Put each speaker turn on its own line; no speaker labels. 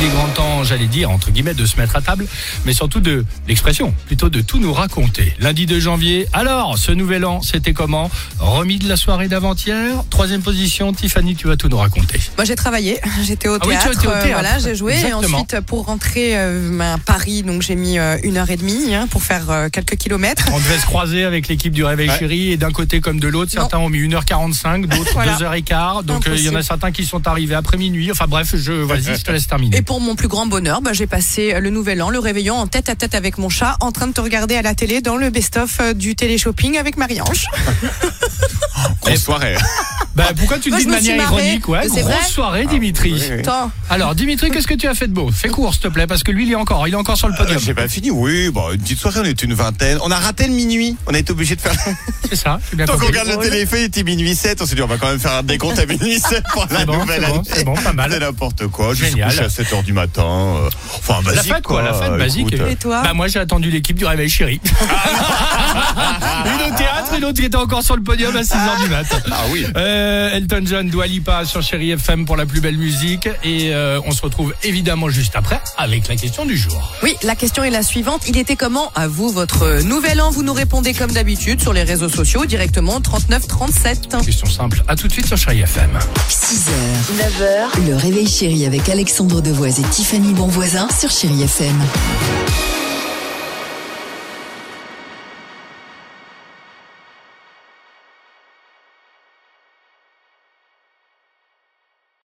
Il est grand temps, j'allais dire, entre guillemets, de se mettre à table, mais surtout de l'expression, plutôt de tout nous raconter. Lundi 2 janvier, alors, ce nouvel an, c'était comment Remis de la soirée d'avant-hier, troisième position, Tiffany, tu vas tout nous raconter.
Moi Bah, j'ai travaillé, j'étais au
Ah oui, tu
théâtre,
étais au
euh,
théâtre.
voilà, j'ai joué
Exactement.
et ensuite pour rentrer euh, à Paris, donc j'ai mis euh, une heure et demie hein, pour faire euh, quelques kilomètres.
On devait se croiser avec l'équipe du Réveil Chéri et d'un côté comme de l'autre,
Non.
certains ont mis 1h45, d'autres
Voilà.
2h15, donc euh, il y en a
Impossible.
certains qui sont arrivés après minuit. Enfin bref, je vas-y, je te laisse terminer.
Et pour mon plus grand bonheur, bah, j'ai passé le nouvel an, le réveillon en tête à tête avec mon chat, en train de te regarder à la télé dans le best-of euh, du télé-shopping avec Marie-Ange.
Et-
Grosse soirée.
Bah, pourquoi tu le
Moi,
dis de
je me suis
manière
marrée.
ironique ouais,
Mais
Grosse
c'est vrai.
soirée, Dimitri.
Ah, oui, oui.
Attends,
Alors Dimitri, qu'est-ce que tu as fait de beau Fais court, s'il te plaît, parce que lui, il est encore, il est encore sur le
Euh,
podium.
J'ai pas fini, oui. Bon, une petite soirée, on était une vingtaine. On a raté le minuit. On a été obligé de faire.
C'est ça. j'ai bien
Tant qu'on
compris.
regarde le téléphone, il était minuit 7. On s'est dit, on va quand même faire un décompte à minuit 7 pour la
C'est bon,
nouvelle
c'est bon,
année.
c'est bon, pas mal.
C'est n'importe quoi. Je me suis
Génial.
couché à 7 h du matin. euh, Enfin, basique.
La fête quoi, la fête
Écoute,
basique.
euh,
Et toi
Bah moi j'ai attendu l'équipe du réveil chéri. une au théâtre et l'autre qui était encore sur le podium à 6h du mat.
Ah oui.
Euh, Elton John, Dua Lipa sur Chéri FM pour la plus belle musique et euh, on se retrouve évidemment juste après avec la question du jour.
Oui, la question est la suivante. Il était comment à vous votre euh, nouvel an Vous nous répondez comme d'habitude sur les réseaux sociaux directement au 39 37.
Question simple. À tout de suite sur Chéri FM.
6h, 9h, le réveil chéri avec Alexandre Devoise et Tiffany Bonvoisin sur Chéri FM.